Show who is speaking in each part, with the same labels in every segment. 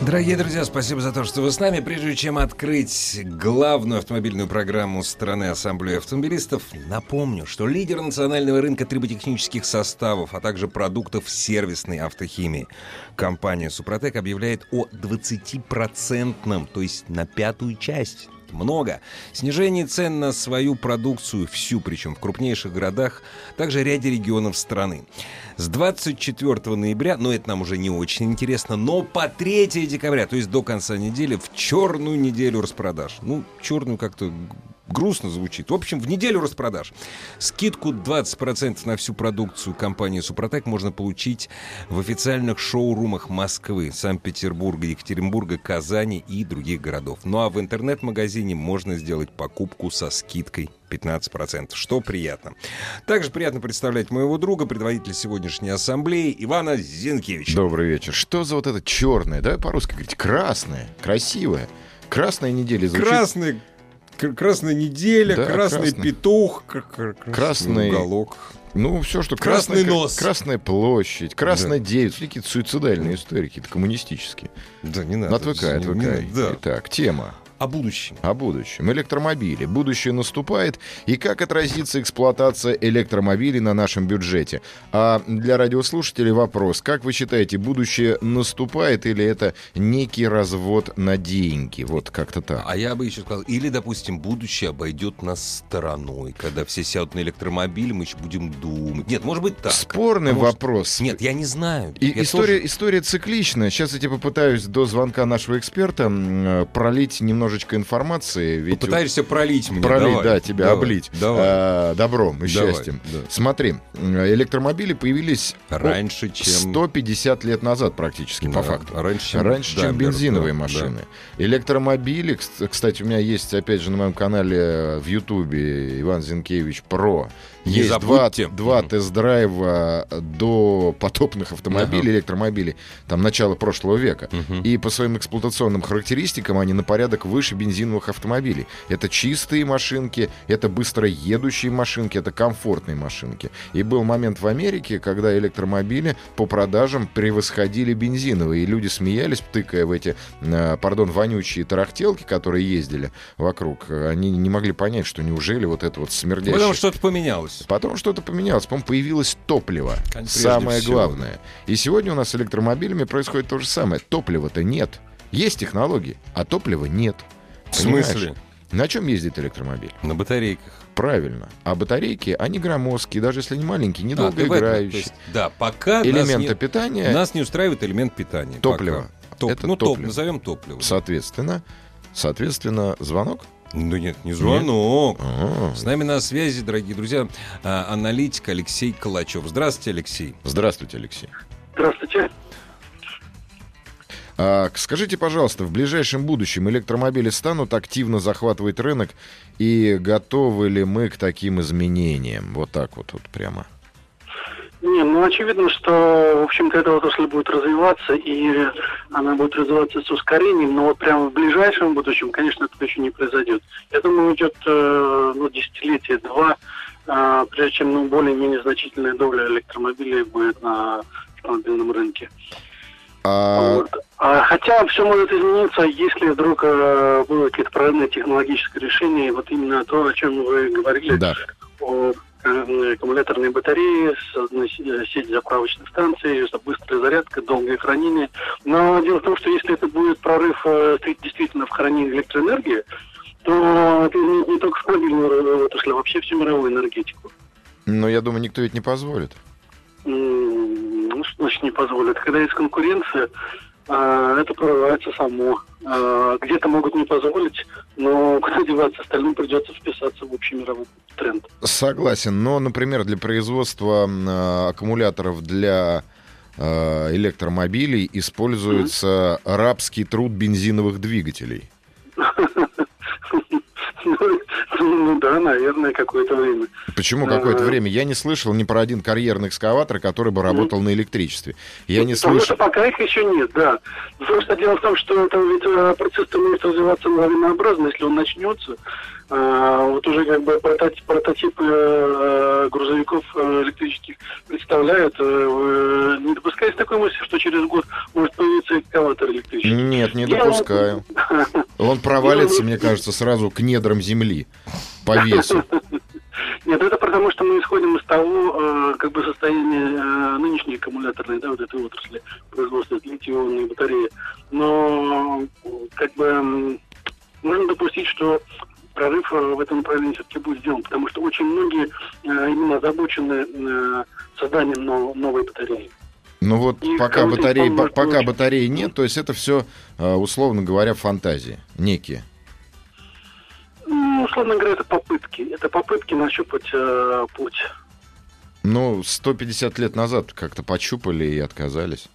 Speaker 1: Дорогие друзья, спасибо за то, что вы с нами. Прежде чем открыть главную автомобильную программу страны Ассамблеи автомобилистов, напомню, что лидер национального рынка триботехнических составов, а также продуктов сервисной автохимии, компания «Супротек» объявляет о 20-процентном, то есть на пятую часть много. Снижение цен на свою продукцию, всю причем в крупнейших городах, также ряде регионов страны. С 24 ноября, но это нам уже не очень интересно, но по 3 декабря, то есть до конца недели, в черную неделю распродаж. Ну, черную как-то грустно звучит. В общем, в неделю распродаж. Скидку 20% на всю продукцию компании «Супротек» можно получить в официальных шоурумах Москвы, Санкт-Петербурга, Екатеринбурга, Казани и других городов. Ну а в интернет-магазине можно сделать покупку со скидкой 15%, что приятно. Также приятно представлять моего друга, предводителя сегодняшней ассамблеи Ивана Зинкевича.
Speaker 2: Добрый вечер. Что за вот это черное, да, по-русски говорить? Красное, красивое. Красная неделя звучит.
Speaker 1: Красный Кр- Красная неделя,
Speaker 2: Да,
Speaker 1: красный
Speaker 2: красный.
Speaker 1: петух, кр- кр-
Speaker 2: Красный.
Speaker 1: уголок.
Speaker 2: Ну, все, что
Speaker 1: Красный
Speaker 2: красное, кра-
Speaker 1: нос.
Speaker 2: Красная площадь, Красная 9. Смотри, какие-то суицидальные истории, какие-то коммунистические.
Speaker 1: Да, не надо.
Speaker 2: Отвыкай,
Speaker 1: Не- не
Speaker 2: отвыкай.
Speaker 1: надо, да.
Speaker 2: Итак, тема.
Speaker 1: О будущем.
Speaker 2: о будущем. Электромобили. Будущее наступает. И как отразится эксплуатация электромобилей на нашем бюджете? А для радиослушателей вопрос. Как вы считаете, будущее наступает или это некий развод на деньги? Вот как-то так.
Speaker 1: А я бы еще сказал, или, допустим, будущее обойдет нас стороной, когда все сядут на электромобиль, мы еще будем думать. Нет, может быть так.
Speaker 2: Спорный
Speaker 1: А может-
Speaker 2: вопрос.
Speaker 1: Нет, я не знаю.
Speaker 2: И
Speaker 1: Я
Speaker 2: история,
Speaker 1: тоже-
Speaker 2: история циклична. Сейчас я тебе попытаюсь до звонка нашего эксперта м, э, пролить немножечко информации. Ведь
Speaker 1: Пытаешься пролить мне.
Speaker 2: пролить,
Speaker 1: давай,
Speaker 2: да, тебя
Speaker 1: давай,
Speaker 2: облить
Speaker 1: Давай.
Speaker 2: э, добром и
Speaker 1: давай,
Speaker 2: счастьем.
Speaker 1: да.
Speaker 2: Смотри, м, электромобили появились о-
Speaker 1: Раньше, чем...
Speaker 2: 150 лет назад практически,
Speaker 1: Да,
Speaker 2: ну, по факту.
Speaker 1: Раньше, чем,
Speaker 2: Раньше, чем
Speaker 1: Дамблер,
Speaker 2: бензиновые
Speaker 1: да,
Speaker 2: машины. Электромобили, кс- кстати, у меня есть, опять же, на моем канале э, в Ютубе Иван Зинкевич Про.
Speaker 1: Не
Speaker 2: есть два,
Speaker 1: забудьте.
Speaker 2: два тест-драйва до потопных автомобилей,
Speaker 1: Ага.
Speaker 2: электромобилей, там, начала прошлого века.
Speaker 1: да. Мгм.
Speaker 2: И по своим эксплуатационным характеристикам они на порядок выше бензиновых автомобилей. Это чистые машинки, это быстроедущие машинки, это комфортные машинки. И был момент в Америке, когда электромобили по продажам превосходили бензиновые. И люди смеялись, тыкая в эти, э, пардон, вонючие тарахтелки, которые ездили вокруг. Они не могли понять, что неужели вот это вот смердящее...
Speaker 1: Ну, Потому что что-то поменялось.
Speaker 2: Потом что-то поменялось, по-моему, появилось топливо.
Speaker 1: Конечно,
Speaker 2: Самое
Speaker 1: прежде всего.
Speaker 2: главное. И сегодня у нас с электромобилями происходит то же самое. Топлива-то нет. Есть технологии, а топлива нет.
Speaker 1: В смысле?
Speaker 2: Понимаешь? На чем ездит электромобиль?
Speaker 1: На батарейках.
Speaker 2: Правильно. А батарейки, они громоздкие, даже если они маленькие,
Speaker 1: А, ты
Speaker 2: недолго
Speaker 1: в этом, то
Speaker 2: играющие.
Speaker 1: есть, а, Да, пока
Speaker 2: Элементы
Speaker 1: нас не,
Speaker 2: питания,
Speaker 1: нас не устраивает элемент питания.
Speaker 2: Топливо.
Speaker 1: пока. Топ-
Speaker 2: Это
Speaker 1: ну, топ,
Speaker 2: топливо.
Speaker 1: назовем топливо.
Speaker 2: соответственно, соответственно, звонок.
Speaker 1: Ну нет, не звонок.
Speaker 2: А.
Speaker 1: С нами на связи, дорогие друзья, а, аналитик Алексей Калачев. Здравствуйте, Алексей.
Speaker 2: Здравствуйте, Алексей.
Speaker 3: Здравствуйте.
Speaker 2: А, к- скажите, пожалуйста, в ближайшем будущем электромобили станут активно захватывать рынок и готовы ли мы к таким изменениям? Вот так вот, вот прямо.
Speaker 3: Не, ну очевидно, что, в общем-то, эта отрасль будет развиваться, и она будет развиваться с ускорением, но вот прямо в ближайшем будущем, конечно, это еще не произойдет. Я думаю, идет э, ну, десятилетие, два, э, прежде чем ну, более-менее значительная доля электромобилей будет на автомобильном рынке.
Speaker 2: А,
Speaker 3: Вот. А, хотя все может измениться, если вдруг э, будут какие-то прорывные технологические решения, и вот именно то, о чем вы говорили,
Speaker 2: да.
Speaker 3: о э, аккумуляторной батареи, с одной се- сеть заправочных станций, за- быстрая зарядка, долгое хранение. Но дело в том, что если это будет прорыв э, ты- действительно в хранении электроэнергии, то это не, не только автомобильную отрасль, а вообще всю мировую энергетику.
Speaker 2: Но я думаю, никто ведь не позволит.
Speaker 3: М, Ну, что значит не позволит? Когда есть конкуренция, э, это прорывается само. Э, Где-то могут не позволить, но куда деваться, остальным придется вписаться в общий мировой тренд.
Speaker 2: Согласен, но, например, для производства м, а, аккумуляторов для а, электромобилей используется рабский труд бензиновых двигателей.
Speaker 3: Ну да, наверное, какое-то время.
Speaker 2: Почему какое-то
Speaker 3: А.
Speaker 2: время? Я не слышал ни про один карьерный экскаватор, который бы работал на электричестве. Я не
Speaker 3: Потому что
Speaker 2: слышал.
Speaker 3: пока их еще нет, да. Просто дело в том, что это ведь э, процесс-то может развиваться лавинообразно, если он начнется. А, Вот уже как бы прототип, прототипы э, грузовиков э, электрических представляют. э, э, Не допускается такой мысли, что через год может появиться экскаватор электрический.
Speaker 2: Нет, не
Speaker 3: Я-
Speaker 2: допускаю. Он провалится, мне кажется, сразу к недрам земли по весу.
Speaker 3: Нет, это потому, что мы исходим из того, э, как бы состояние э, нынешней аккумуляторной, да, вот этой отрасли производства литий-ионной батареи. Но, э, как бы, м, можно допустить, что прорыв э, в этом направлении все-таки будет сделан, потому что очень многие э, именно озабочены э, созданием нов- новой батареи.
Speaker 2: Ну вот
Speaker 3: И
Speaker 2: пока
Speaker 3: кого-то
Speaker 2: батареи,
Speaker 3: там
Speaker 2: ба-
Speaker 3: может
Speaker 2: пока
Speaker 3: получить.
Speaker 2: батареи нет, то есть это все, условно говоря, фантазии некие.
Speaker 3: Ну, условно говоря, это попытки. Это попытки нащупать э, путь.
Speaker 2: Ну, 150 лет назад как-то пощупали и отказались.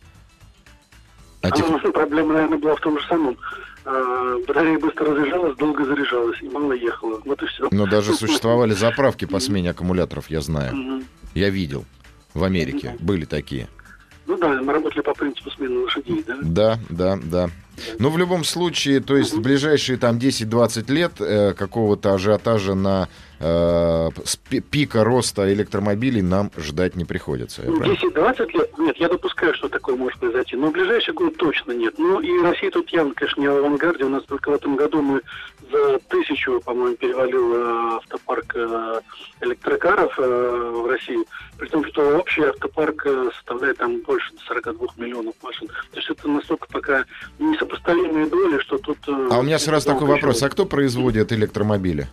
Speaker 2: А тех-
Speaker 3: А, ну, Проблема, наверное, была в том же самом. Э, Батарея быстро разряжалась, долго заряжалась и мало ехала. Вот и все.
Speaker 2: Но даже существовали заправки по смене аккумуляторов, я знаю.
Speaker 3: Мгм.
Speaker 2: Я видел. В Америке были такие.
Speaker 3: Ну да, мы работали по принципу смены лошадей, да?
Speaker 2: Да, да, да. Ну, в любом случае, то есть в ближайшие там 10-20 лет э, какого-то ажиотажа на э, с пи- пика роста электромобилей нам ждать не приходится. я
Speaker 3: Ну,
Speaker 2: правильно?
Speaker 3: 10-20 лет, нет, я допускаю, что такое может произойти, но в ближайший год точно нет. Ну и Россия тут явно, конечно, не в авангарде. У нас только в этом году мы за тысячу, по-моему, перевалил э, автопарк э, электрокаров э, в России, при том, что общий автопарк э, составляет там больше 42 миллионов машин. То есть это настолько пока несопоставимые доли, что тут... э,
Speaker 2: А у меня сразу такой
Speaker 3: долго еще
Speaker 2: вопрос. А кто производит электромобили?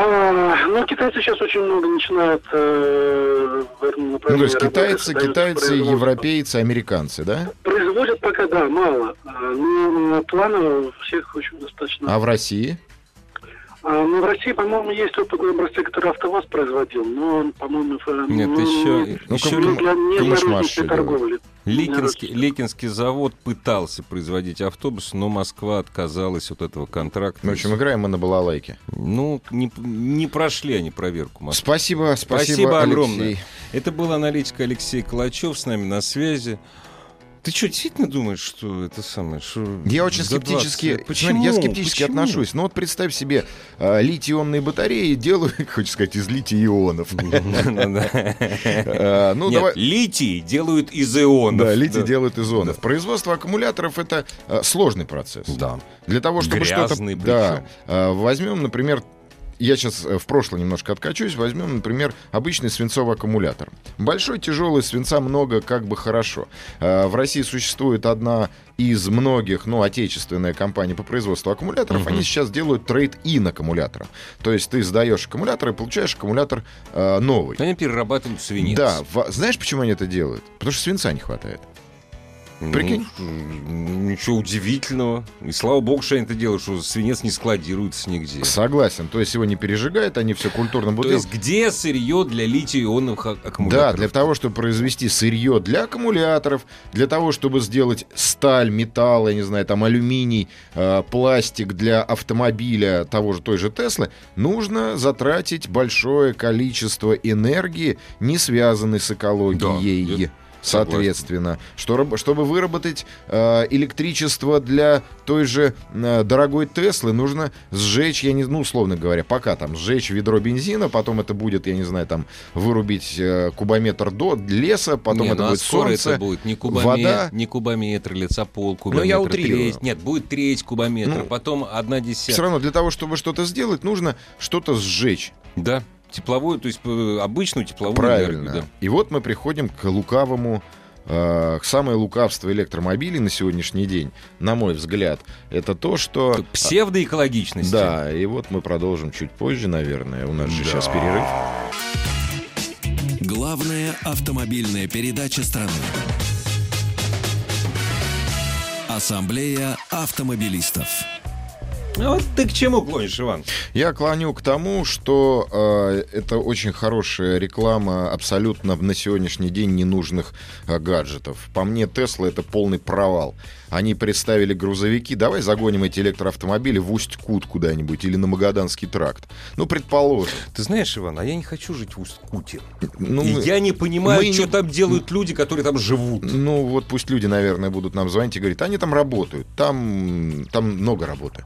Speaker 3: А, ну, китайцы сейчас очень много начинают э, в этом
Speaker 2: Ну, то
Speaker 3: направлении
Speaker 2: есть
Speaker 3: работать,
Speaker 2: китайцы,
Speaker 3: создают
Speaker 2: китайцы,
Speaker 3: производство.
Speaker 2: европейцы, американцы, да?
Speaker 3: Производят пока, да, мало. А, Ну, планов всех очень достаточно.
Speaker 2: А в России?
Speaker 3: А, ну, в России, по-моему, есть опытные образцы, которые АвтоВАЗ производил, но, он, по-моему, ф-
Speaker 1: Нет,
Speaker 3: ну,
Speaker 1: еще,
Speaker 2: ну,
Speaker 1: еще
Speaker 3: не для, не для
Speaker 2: камышмаш еще
Speaker 3: розничной торговли.
Speaker 1: Ликинский, Ликинский завод пытался производить автобус, но Москва отказалась от этого контракта.
Speaker 2: Ну, В общем, играем мы на балалайке.
Speaker 1: Ну, не, не прошли они проверку Москвы.
Speaker 2: Спасибо, спасибо,
Speaker 1: Спасибо
Speaker 2: Алексей.
Speaker 1: огромное. Это был аналитик Алексей Калачев с нами на связи. Ты что, действительно думаешь, что это самое? Что
Speaker 2: Я очень
Speaker 1: за 20
Speaker 2: скептически,
Speaker 1: лет? Почему?
Speaker 2: я скептически
Speaker 1: Почему?
Speaker 2: отношусь. Ну вот представь себе, э, литий-ионные батареи делают, хочешь сказать, из литий-ионов.
Speaker 1: Да-да.
Speaker 2: Э, Ну,
Speaker 1: Нет,
Speaker 2: давай...
Speaker 1: литий делают из ионов.
Speaker 2: Да, литий
Speaker 1: Да.
Speaker 2: делают из ионов. Производство аккумуляторов это э, сложный процесс.
Speaker 1: Да.
Speaker 2: Для того, чтобы что-то...
Speaker 1: Грязный
Speaker 2: Да.
Speaker 1: причем.
Speaker 2: Э, возьмем, например, я сейчас в прошлое немножко откачусь, возьмем, например, обычный свинцовый аккумулятор. Большой, тяжелый, свинца много, как бы хорошо. Э, В России существует одна из многих, ну, отечественная компания по производству аккумуляторов.
Speaker 1: Мгм.
Speaker 2: Они сейчас делают трейд-ин аккумулятора. То есть ты сдаешь аккумулятор и получаешь аккумулятор э, новый.
Speaker 1: Они перерабатывают в свинец.
Speaker 2: Да, в- знаешь, почему они это делают? Потому что свинца не хватает.
Speaker 1: Ну,
Speaker 2: Прикинь?
Speaker 1: м, ничего удивительного. И слава богу, что они это делают, что свинец не складируется нигде.
Speaker 2: Согласен. То есть его не пережигают, они все культурно
Speaker 1: То
Speaker 2: будут.
Speaker 1: есть где сырье для литий-ионных ак-
Speaker 2: Да,
Speaker 1: аккумуляторов?
Speaker 2: для того, чтобы произвести сырье для аккумуляторов, для того, чтобы сделать сталь, металл, я не знаю, там алюминий, э, пластик для автомобиля того же той же Теслы, нужно затратить большое количество энергии, не связанной с
Speaker 1: Да,
Speaker 2: экологией.
Speaker 1: я
Speaker 2: Соответственно, что раб- чтобы выработать э, электричество для той же э, дорогой Теслы, нужно сжечь, я не, ну условно говоря, пока там сжечь ведро бензина, потом это будет, я не знаю, там вырубить э, кубометр до леса, потом
Speaker 1: Не,
Speaker 2: это
Speaker 1: ну, а
Speaker 2: будет
Speaker 1: скоро
Speaker 2: солнце.
Speaker 1: это будет не, кубоме-
Speaker 2: вода. Ну,
Speaker 1: не кубометр лица, пол кубометра.
Speaker 2: я утрирую.
Speaker 1: треть. Нет, будет треть кубометра,
Speaker 2: Ну,
Speaker 1: потом одна
Speaker 2: Все
Speaker 1: десятая.
Speaker 2: равно для того, чтобы что-то сделать, нужно что-то сжечь.
Speaker 1: Да, тепловую, то есть э, обычную тепловую
Speaker 2: Правильно.
Speaker 1: энергию, да.
Speaker 2: И вот мы приходим к лукавому, э, к самое лукавство электромобилей на сегодняшний день, на мой взгляд, это то, что э,
Speaker 1: К Псевдоэкологичности.
Speaker 2: А, Да, и вот мы продолжим чуть позже, наверное. У нас же сейчас перерыв.
Speaker 4: Главная автомобильная передача страны. Ассамблея автомобилистов.
Speaker 1: Ну, вот ты к чему клонишь, Иван?
Speaker 2: Я клоню к тому, что э, это очень хорошая реклама абсолютно в- на сегодняшний день ненужных э, гаджетов. По мне, Тесла это полный провал. Они представили грузовики, давай загоним эти электроавтомобили в Усть-Кут куда-нибудь или на Магаданский тракт. Ну, предположим.
Speaker 1: Ты знаешь, Иван, а я не хочу жить в Усть-Куте.
Speaker 2: Ну,
Speaker 1: И я не понимаю,
Speaker 2: мы
Speaker 1: что
Speaker 2: не-
Speaker 1: там делают люди, которые там живут.
Speaker 2: Ну, вот пусть люди, наверное, будут нам звонить и говорить, они там работают, там, там много работы.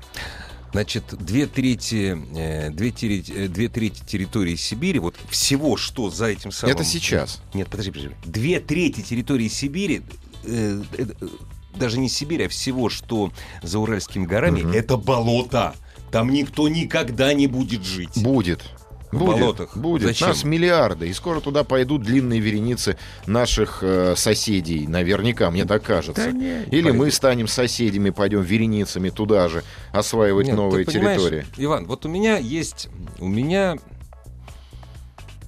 Speaker 1: Значит, две трети, э, две, тере- э, две трети территории Сибири, вот всего, что за этим самым...
Speaker 2: Это сейчас.
Speaker 1: Нет, подожди, подожди. Две трети территории Сибири, э, э, э, даже не Сибирь, а всего, что за Уральскими горами,
Speaker 2: Мгм.
Speaker 1: это болото. Там никто никогда не будет жить.
Speaker 2: Будет.
Speaker 1: В
Speaker 2: будет,
Speaker 1: болотах.
Speaker 2: Будет.
Speaker 1: Зачем?
Speaker 2: Нас миллиарды. И скоро туда пойдут длинные вереницы наших э, соседей. Наверняка, мне так кажется. Или мы станем соседями, пойдем вереницами туда же осваивать
Speaker 1: Нет,
Speaker 2: новые
Speaker 1: ты понимаешь,
Speaker 2: территории.
Speaker 1: Иван, вот у меня есть, у меня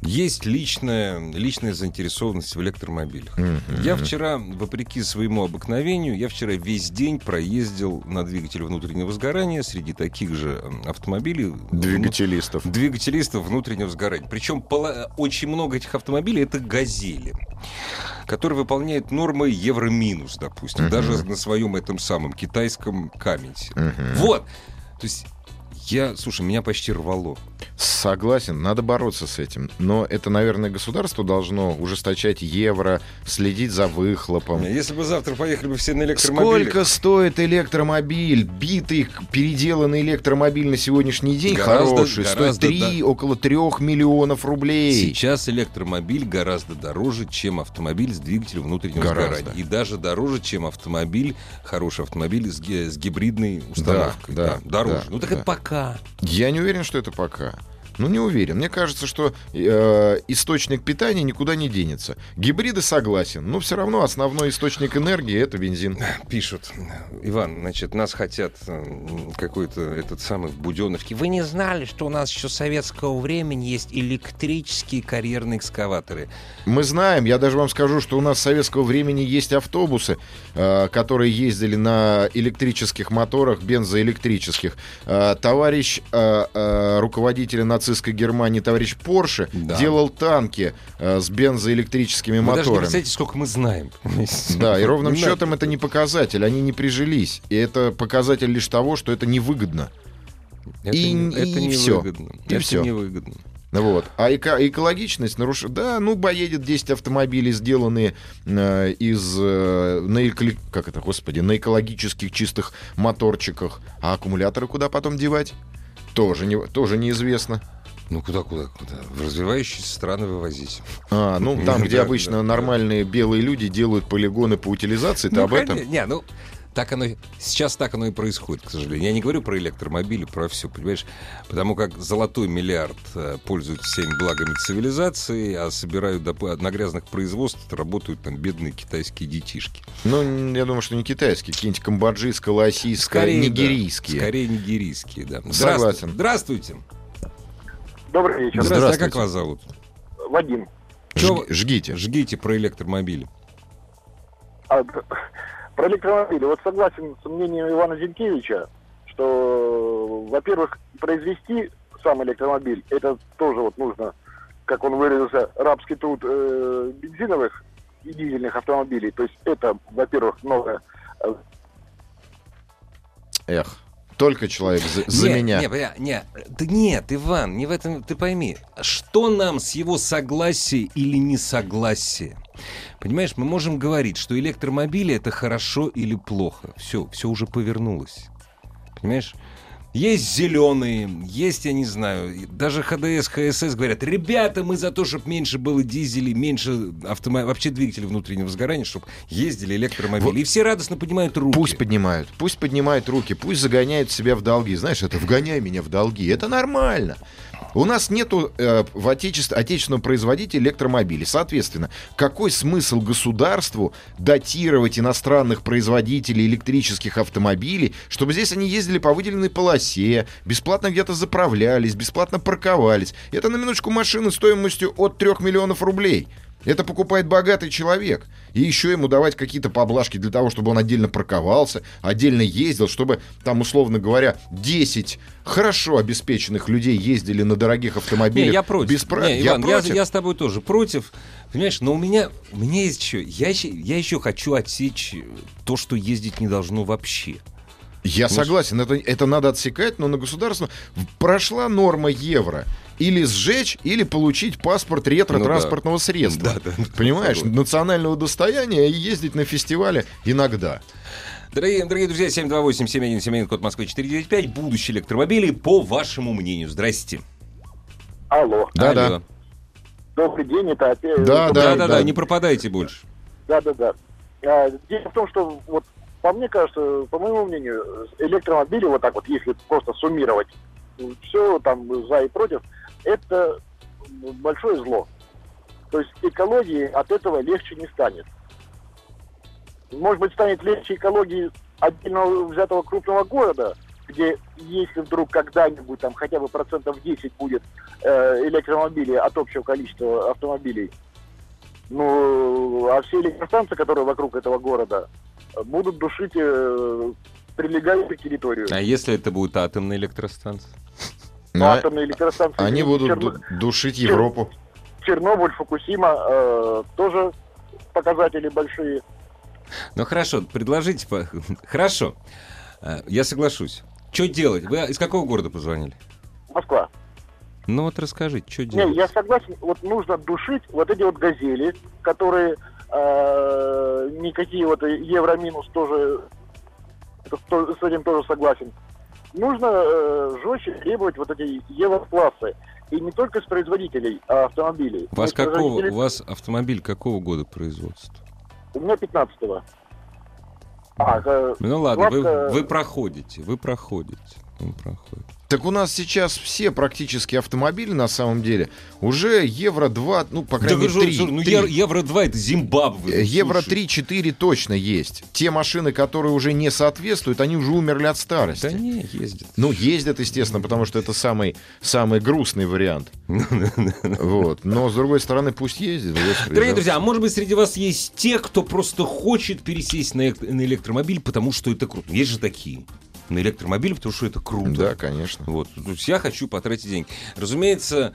Speaker 1: есть личная, личная заинтересованность в электромобилях.
Speaker 2: Мгм.
Speaker 1: Я вчера, вопреки своему обыкновению, я вчера весь день проездил на двигателе внутреннего сгорания среди таких же м, автомобилей.
Speaker 2: Двигателистов.
Speaker 1: вну- Двигателистов внутреннего сгорания. Причем пола- очень много этих автомобилей это газели, которые выполняют нормы евро-минус, допустим,
Speaker 2: Мгм.
Speaker 1: даже на своем этом самом китайском каменте.
Speaker 2: Мгм.
Speaker 1: Вот. То есть я, слушай, меня почти рвало.
Speaker 2: Согласен, надо бороться с этим. Но это, наверное, государство должно ужесточать евро, следить за выхлопом.
Speaker 1: Если бы завтра поехали бы все на электромобиле.
Speaker 2: Сколько стоит электромобиль? Битый, к- переделанный электромобиль на сегодняшний день
Speaker 1: Гораздо-
Speaker 2: хороший.
Speaker 1: гораздо,
Speaker 2: стоит 3, около 3 миллионов рублей.
Speaker 1: Сейчас электромобиль гораздо дороже, чем автомобиль с двигателем внутреннего
Speaker 2: Гораздо.
Speaker 1: сгорания. И даже дороже, чем автомобиль, хороший автомобиль с, ге- с гибридной установкой.
Speaker 2: да,
Speaker 1: дороже.
Speaker 2: да,
Speaker 1: ну так
Speaker 2: да.
Speaker 1: это пока.
Speaker 2: Я не уверен, что это пока. Ну, не уверен. Мне кажется, что э, источник питания никуда не денется. Гибриды согласен, но все равно основной источник энергии это бензин.
Speaker 1: Пишут. Иван, значит, нас хотят э, какой-то этот самый в Буденовке. Вы не знали, что у нас еще с советского времени есть электрические карьерные экскаваторы.
Speaker 2: Мы знаем, я даже вам скажу, что у нас с советского времени есть автобусы, э, которые ездили на электрических моторах, бензоэлектрических. Э, товарищ э, э, руководителя нацистской Германии, товарищ Порше,
Speaker 1: Да.
Speaker 2: делал танки э, с бензоэлектрическими
Speaker 1: Вы даже не
Speaker 2: моторами.
Speaker 1: представляете, сколько мы знаем.
Speaker 2: Да, и ровным
Speaker 1: Не надо.
Speaker 2: счетом это не показатель, они не прижились. И это показатель лишь того, что это невыгодно.
Speaker 1: Это,
Speaker 2: И-
Speaker 1: не-
Speaker 2: и
Speaker 1: это
Speaker 2: всё.
Speaker 1: невыгодно.
Speaker 2: И
Speaker 1: это
Speaker 2: всё.
Speaker 1: невыгодно.
Speaker 2: Вот. А эко- экологичность нарушена. Да, ну, поедет 10 автомобилей, сделанные э, из... э, на, экли- как это, господи, на экологических чистых моторчиках. А аккумуляторы куда потом девать? Тоже, не, тоже неизвестно.
Speaker 1: Ну куда, куда, куда? В развивающиеся страны вывозить.
Speaker 2: А, ну, там, где
Speaker 1: Да,
Speaker 2: обычно
Speaker 1: да, да.
Speaker 2: нормальные белые люди делают полигоны по утилизации, ты
Speaker 1: Ну,
Speaker 2: об этом?
Speaker 1: конечно. Не, ну, так оно, и- сейчас так оно и происходит, к сожалению. Я не говорю про электромобили, про все, понимаешь? Потому как золотой миллиард э, пользуются всеми благами цивилизации, а собирают доп- на грязных производствах, работают там бедные китайские детишки.
Speaker 2: Ну, н- я думаю, что не китайские, какие-нибудь камбоджийско-лосийские,
Speaker 1: да.
Speaker 2: нигерийские.
Speaker 1: Скорее нигерийские, да.
Speaker 2: Согласен.
Speaker 1: Здравствуйте.
Speaker 3: Добрый вечер.
Speaker 1: Здравствуйте. А как
Speaker 2: Здравствуйте.
Speaker 1: вас зовут?
Speaker 3: Вадим.
Speaker 1: Чё-
Speaker 2: Жг- Жгите.
Speaker 1: Жгите про электромобили.
Speaker 3: А, д- про электромобили. Вот согласен с мнением Ивана Зинкевича, что, во-первых, произвести сам электромобиль, это тоже вот нужно, как он выразился, рабский труд э, бензиновых и дизельных автомобилей. То есть это, во-первых, много.
Speaker 2: Эх. Только человек за, за
Speaker 1: Не,
Speaker 2: меня.
Speaker 1: Не, поня- не, да нет, Иван, не в этом, ты пойми, что нам с его согласия или несогласия? Понимаешь, мы можем говорить, что электромобили это хорошо или плохо. Все, все уже повернулось. Понимаешь? Есть зеленые, есть, я не знаю, и даже ХДС, ХСС говорят, ребята, мы за то, чтобы меньше было дизелей, меньше автомо... вообще двигателей внутреннего сгорания, чтобы ездили электромобили.
Speaker 2: Вот.
Speaker 1: И все радостно поднимают руки.
Speaker 2: Пусть поднимают, пусть поднимают руки, пусть загоняют себя в долги. Знаешь, это вгоняй меня в долги. Это нормально. У нас нету э, в отечестве, отечественного производителя электромобилей. Соответственно, какой смысл государству датировать иностранных производителей электрических автомобилей, чтобы здесь они ездили по выделенной полосе, бесплатно где-то заправлялись, бесплатно парковались. Это на минуточку машины стоимостью от 3 миллионов рублей. Это покупает богатый человек. И еще ему давать какие-то поблажки для того, чтобы он отдельно парковался, отдельно ездил, чтобы там, условно говоря, 10 хорошо обеспеченных людей ездили на дорогих автомобилях.
Speaker 1: Не, я против.
Speaker 2: Без прав.
Speaker 1: Не,
Speaker 2: Я
Speaker 1: Иван, я,
Speaker 2: против.
Speaker 1: я с тобой тоже против. Понимаешь, но у меня, у меня есть еще, я еще, я еще хочу отсечь э, то, что ездить не должно вообще.
Speaker 2: Я
Speaker 1: Ну,
Speaker 2: согласен, это, это надо отсекать, но на государственном... в- Прошла норма евро. Или сжечь, или получить паспорт ретро-транспортного средства.
Speaker 1: Ну Да, да,
Speaker 2: Понимаешь,
Speaker 1: согласен.
Speaker 2: национального достояния и ездить на фестивале иногда.
Speaker 1: Дорогие, дорогие друзья, 728-7171, код Москвы 495, будущее электромобилей, по вашему мнению. Здрасте.
Speaker 5: Алло,
Speaker 2: Да-да.
Speaker 1: Алло.
Speaker 5: добрый день, это опять...
Speaker 2: Да, да,
Speaker 1: Да-да-да, не пропадайте больше.
Speaker 5: Да, да, да. А, Дело в том, что вот по мне кажется, по моему мнению, электромобили, вот так вот, если просто суммировать все там за и против, это большое зло. То есть экологии от этого легче не станет. Может быть, станет легче экологии отдельного взятого крупного города, где если вдруг когда-нибудь там хотя бы процентов 10 будет э, электромобилей от общего количества автомобилей, ну, а все электростанции, которые вокруг этого города, будут душить э, прилегающую территорию.
Speaker 1: А если это будет атомная электростанция?
Speaker 5: Ну,
Speaker 2: Но
Speaker 5: атомные электростанции.
Speaker 2: а Они будут
Speaker 5: Черно-
Speaker 2: ду- душить Европу.
Speaker 5: Чернобыль, Фукусима э, тоже показатели большие.
Speaker 1: Ну хорошо, предложите. по- Хорошо, Э, я соглашусь. Что делать? Вы из какого города позвонили?
Speaker 5: Москва.
Speaker 1: Ну вот расскажите, что
Speaker 5: Не,
Speaker 1: делать?
Speaker 5: я согласен, вот нужно душить вот эти вот газели, которые э, никакие вот евро-минус тоже, это то- с этим тоже согласен. Нужно э, жестче требовать вот эти евро-классы. И не только с производителей а автомобилей.
Speaker 1: У вас,
Speaker 5: То есть
Speaker 1: какого,
Speaker 5: производители-
Speaker 1: у вас автомобиль какого года производства?
Speaker 5: У меня 15-го. А, э,
Speaker 1: Ну ладно, вы,
Speaker 5: Класс, э,
Speaker 1: вы проходите, вы проходите. Вы проходите.
Speaker 2: Так у нас сейчас все практически автомобили, на самом деле, уже евро 2, ну, по крайней
Speaker 1: Да,
Speaker 2: мере,
Speaker 1: Жор,
Speaker 2: 3.
Speaker 1: Жор, ну Евро- Евро 2 это Зимбабве. ну,
Speaker 2: Э, Евро
Speaker 1: слушай.
Speaker 2: 3-4 точно есть. Те машины, которые уже не соответствуют, они уже умерли от старости.
Speaker 1: Да не, ездит.
Speaker 2: Ну, ездят, естественно, потому что это самый, самый грустный вариант. Вот. Но, с другой стороны, пусть ездит. господи,
Speaker 1: Дорогие
Speaker 2: да.
Speaker 1: друзья, а может быть среди вас есть те, кто просто хочет пересесть на, эк- на электромобиль, потому что это круто. Ну, Есть же такие. На электромобиль, потому что это круто.
Speaker 2: Да, конечно.
Speaker 1: Вот. То есть я хочу потратить деньги. Разумеется,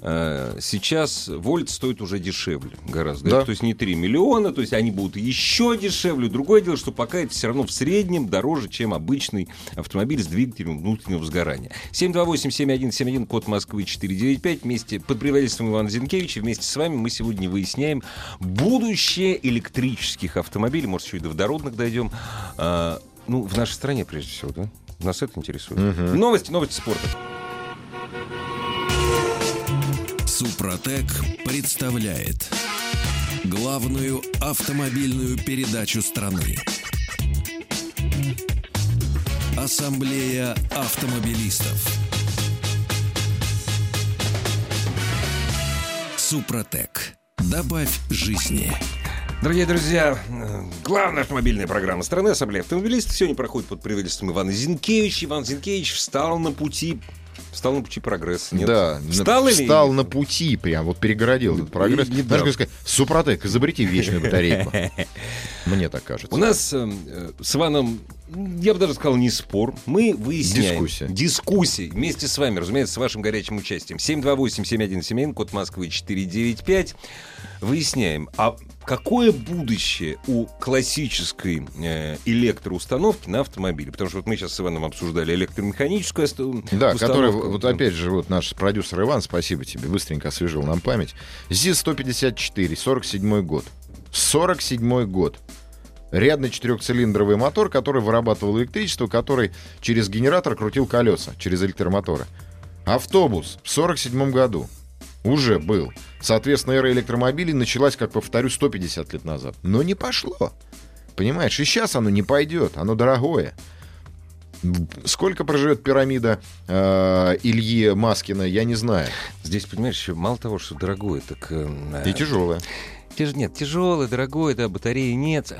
Speaker 1: э, сейчас вольт стоит уже дешевле гораздо.
Speaker 2: Да.
Speaker 1: Это, То есть не 3 миллиона, то есть они будут еще дешевле. Другое дело, что пока это все равно в среднем дороже, чем обычный автомобиль с двигателем внутреннего сгорания. 728-7171, код Москвы 495. Вместе под предводительством Ивана Зинкевича вместе с вами мы сегодня выясняем будущее электрических автомобилей. Может, еще и до водородных дойдем. А, ну, в нашей стране, прежде всего, да? Нас это интересует.
Speaker 2: Мгм.
Speaker 1: Новости, новости спорта.
Speaker 4: Супротек представляет главную автомобильную передачу страны. Ассамблея автомобилистов. Супротек. Добавь жизни.
Speaker 1: Дорогие друзья, э, главная автомобильная программа страны «Ассамблея автомобилистов» сегодня проходит под предводительством Ивана Зинкевича. Иван Зинкевич встал на пути... Встал на пути прогресса, нет?
Speaker 2: Да,
Speaker 1: Встал
Speaker 2: на,
Speaker 1: или
Speaker 2: встал
Speaker 1: нет?
Speaker 2: на пути, прям вот перегородил этот прогресс.
Speaker 1: Не- не
Speaker 2: Знаешь,
Speaker 1: дал.
Speaker 2: как сказать, Супротек, изобрети вечную батарейку. Мне так кажется.
Speaker 1: У нас э, э, с Иваном, м, я бы даже сказал, не спор. Мы выясняем.
Speaker 2: Дискуссия.
Speaker 1: Дискуссия. Вместе с вами, разумеется, с вашим горячим участием. 728-7171, код Москвы 495. Выясняем, а какое будущее у классической э, электроустановки на автомобиле? Потому что вот мы сейчас с Иваном обсуждали электромеханическую ост-
Speaker 2: Да,
Speaker 1: установку.
Speaker 2: который, вот опять же, вот наш продюсер Иван, спасибо тебе, быстренько освежил нам память. ЗИС-154, 47 год. 47 год. Рядный четырехцилиндровый мотор, который вырабатывал электричество, который через генератор крутил колеса, через электромоторы. Автобус в 47 году уже был. Соответственно, эра электромобилей началась, как повторю, 150 лет назад. Но не пошло. Понимаешь, и сейчас оно не пойдет, оно дорогое. Сколько проживет пирамида э, Ильи Маскина, я не знаю.
Speaker 1: Здесь, понимаешь, еще мало того, что дорогое, так... э,
Speaker 2: И тяжелая.
Speaker 1: Тяж- Нет, тяжелый, дорогой, да, батареи нет.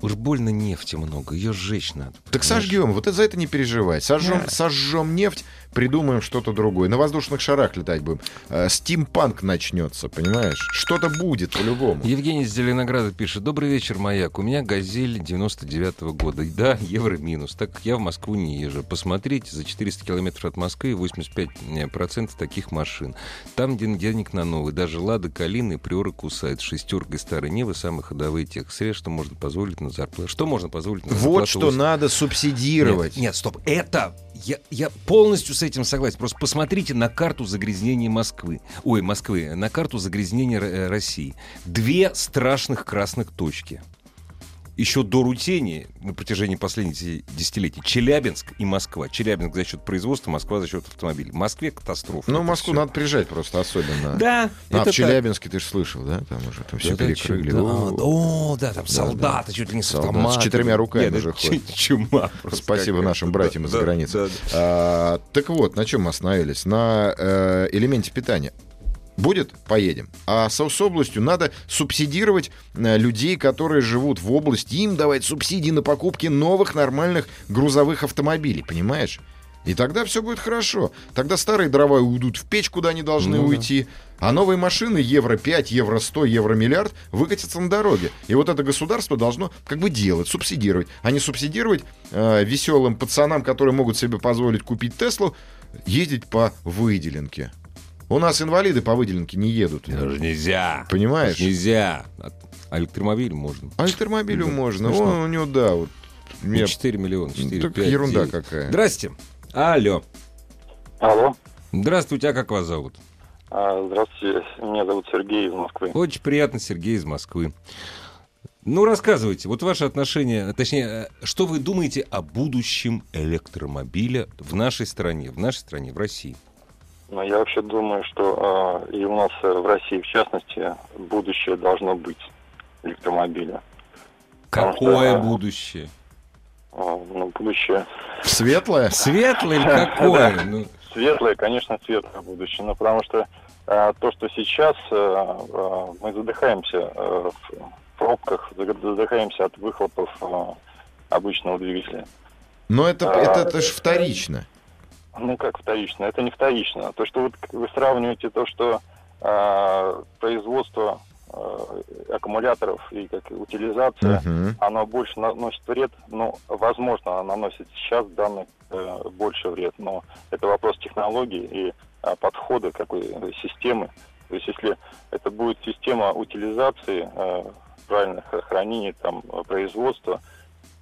Speaker 1: Уж больно нефти много, ее сжечь надо.
Speaker 2: Так
Speaker 1: понимаешь?
Speaker 2: сожгем, вот это- за это не переживай. Сожжем, сожжем нефть, придумаем что-то другое. На воздушных шарах летать будем. Э, Стимпанк начнется, понимаешь? Что-то будет по-любому.
Speaker 1: Евгений из Зеленограда пишет. Добрый вечер, маяк. У меня «Газель» 99 года. И Да, евро минус, так как я в Москву не езжу. Посмотрите, за 400 километров от Москвы 85% таких машин. Там ден- денег на новый. Даже «Лада», «Калина» и «Приора» кусают. С «Шестеркой» старой «Невы» самые ходовые техсредства, что можно позволить на зарплату. Что можно позволить на зарплату?
Speaker 2: Вот что
Speaker 1: Лос-
Speaker 2: надо субсидировать.
Speaker 1: Нет, нет, стоп. Это я, я полностью с этим согласен. Просто посмотрите на карту загрязнения Москвы. Ой, Москвы, на карту загрязнения э, России. Две страшных красных точки. Еще до Рутени на протяжении последних де- десятилетий Челябинск и Москва. Челябинск за счет производства, Москва за счет автомобилей. В Москве катастрофа.
Speaker 2: Ну,
Speaker 1: Это
Speaker 2: Москву
Speaker 1: всё.
Speaker 2: надо приезжать просто особенно.
Speaker 1: Да,
Speaker 2: А
Speaker 1: это
Speaker 2: в Челябинске ты же слышал, да? Там уже там все
Speaker 1: Да, да,
Speaker 2: перекрыли.
Speaker 1: чё- да,
Speaker 2: О,
Speaker 1: О, да, там
Speaker 2: Да,
Speaker 1: солдаты чуть ли не с
Speaker 2: Солдаты с
Speaker 1: автоматами.
Speaker 2: четырьмя руками
Speaker 1: Нет,
Speaker 2: уже
Speaker 1: это
Speaker 2: ходят.
Speaker 1: ч- Чума просто
Speaker 2: Спасибо
Speaker 1: какая-то.
Speaker 2: нашим братьям
Speaker 1: Да,
Speaker 2: из-за
Speaker 1: да,
Speaker 2: границы.
Speaker 1: да, да.
Speaker 2: А, так вот, на чем мы остановились? На э, элементе питания. Будет, поедем. А со- с областью надо субсидировать э, людей, которые живут в области, им давать субсидии на покупки новых нормальных грузовых автомобилей, понимаешь? И тогда все будет хорошо. Тогда старые дрова уйдут в печь, куда они должны
Speaker 1: Ну да.
Speaker 2: уйти. А новые машины евро 5, евро 100, евро миллиард выкатятся на дороге. И вот это государство должно как бы делать, субсидировать. А не субсидировать веселым пацанам, которые могут себе позволить купить Теслу, ездить по выделенке. У нас инвалиды по выделенке не едут.
Speaker 1: Это же нельзя.
Speaker 2: Понимаешь? А,
Speaker 1: Это же Нельзя. А- А электромобиль можно.
Speaker 2: Альтермобилю
Speaker 1: Да,
Speaker 2: можно.
Speaker 1: смешно.
Speaker 2: Он у него, да, вот.
Speaker 1: Не
Speaker 2: мне-
Speaker 1: 4 миллиона, 4,
Speaker 2: Ну, так
Speaker 1: 5,
Speaker 2: ерунда
Speaker 1: 9.
Speaker 2: какая.
Speaker 1: Здрасте. Алло.
Speaker 6: Алло.
Speaker 1: Здравствуйте, а как вас зовут?
Speaker 6: А, Здравствуйте, меня зовут Сергей из Москвы.
Speaker 1: Очень приятно, Сергей из Москвы. Ну, рассказывайте, вот ваше отношение, точнее, э, что вы думаете о будущем электромобиля в нашей стране, в нашей стране, в России?
Speaker 6: Но я вообще думаю, что а, и у нас э, в России, в частности, будущее должно быть электромобиля. Потому что,
Speaker 1: Какое
Speaker 6: э,
Speaker 1: будущее?
Speaker 6: А, ну, будущее
Speaker 2: Светлая?
Speaker 1: Светлое или какое? Ну,
Speaker 6: светлое, конечно, светлое будущее, но потому что а, то, что сейчас э, э, мы задыхаемся э, в пробках, задыхаемся от выхлопов э, обычного двигателя.
Speaker 2: Но это,
Speaker 6: А.
Speaker 2: это, это ж вторично.
Speaker 6: Ну как вторично? Это не вторично. То, что вот вы сравниваете то, что э, производство э, аккумуляторов и как утилизация,
Speaker 2: Мгм.
Speaker 6: оно больше наносит вред, ну, возможно, она наносит сейчас данный э, больше вред, но это вопрос технологий и э, подхода какой э, системы. То есть если это будет система утилизации, э, правильных хранения, там, э, производства,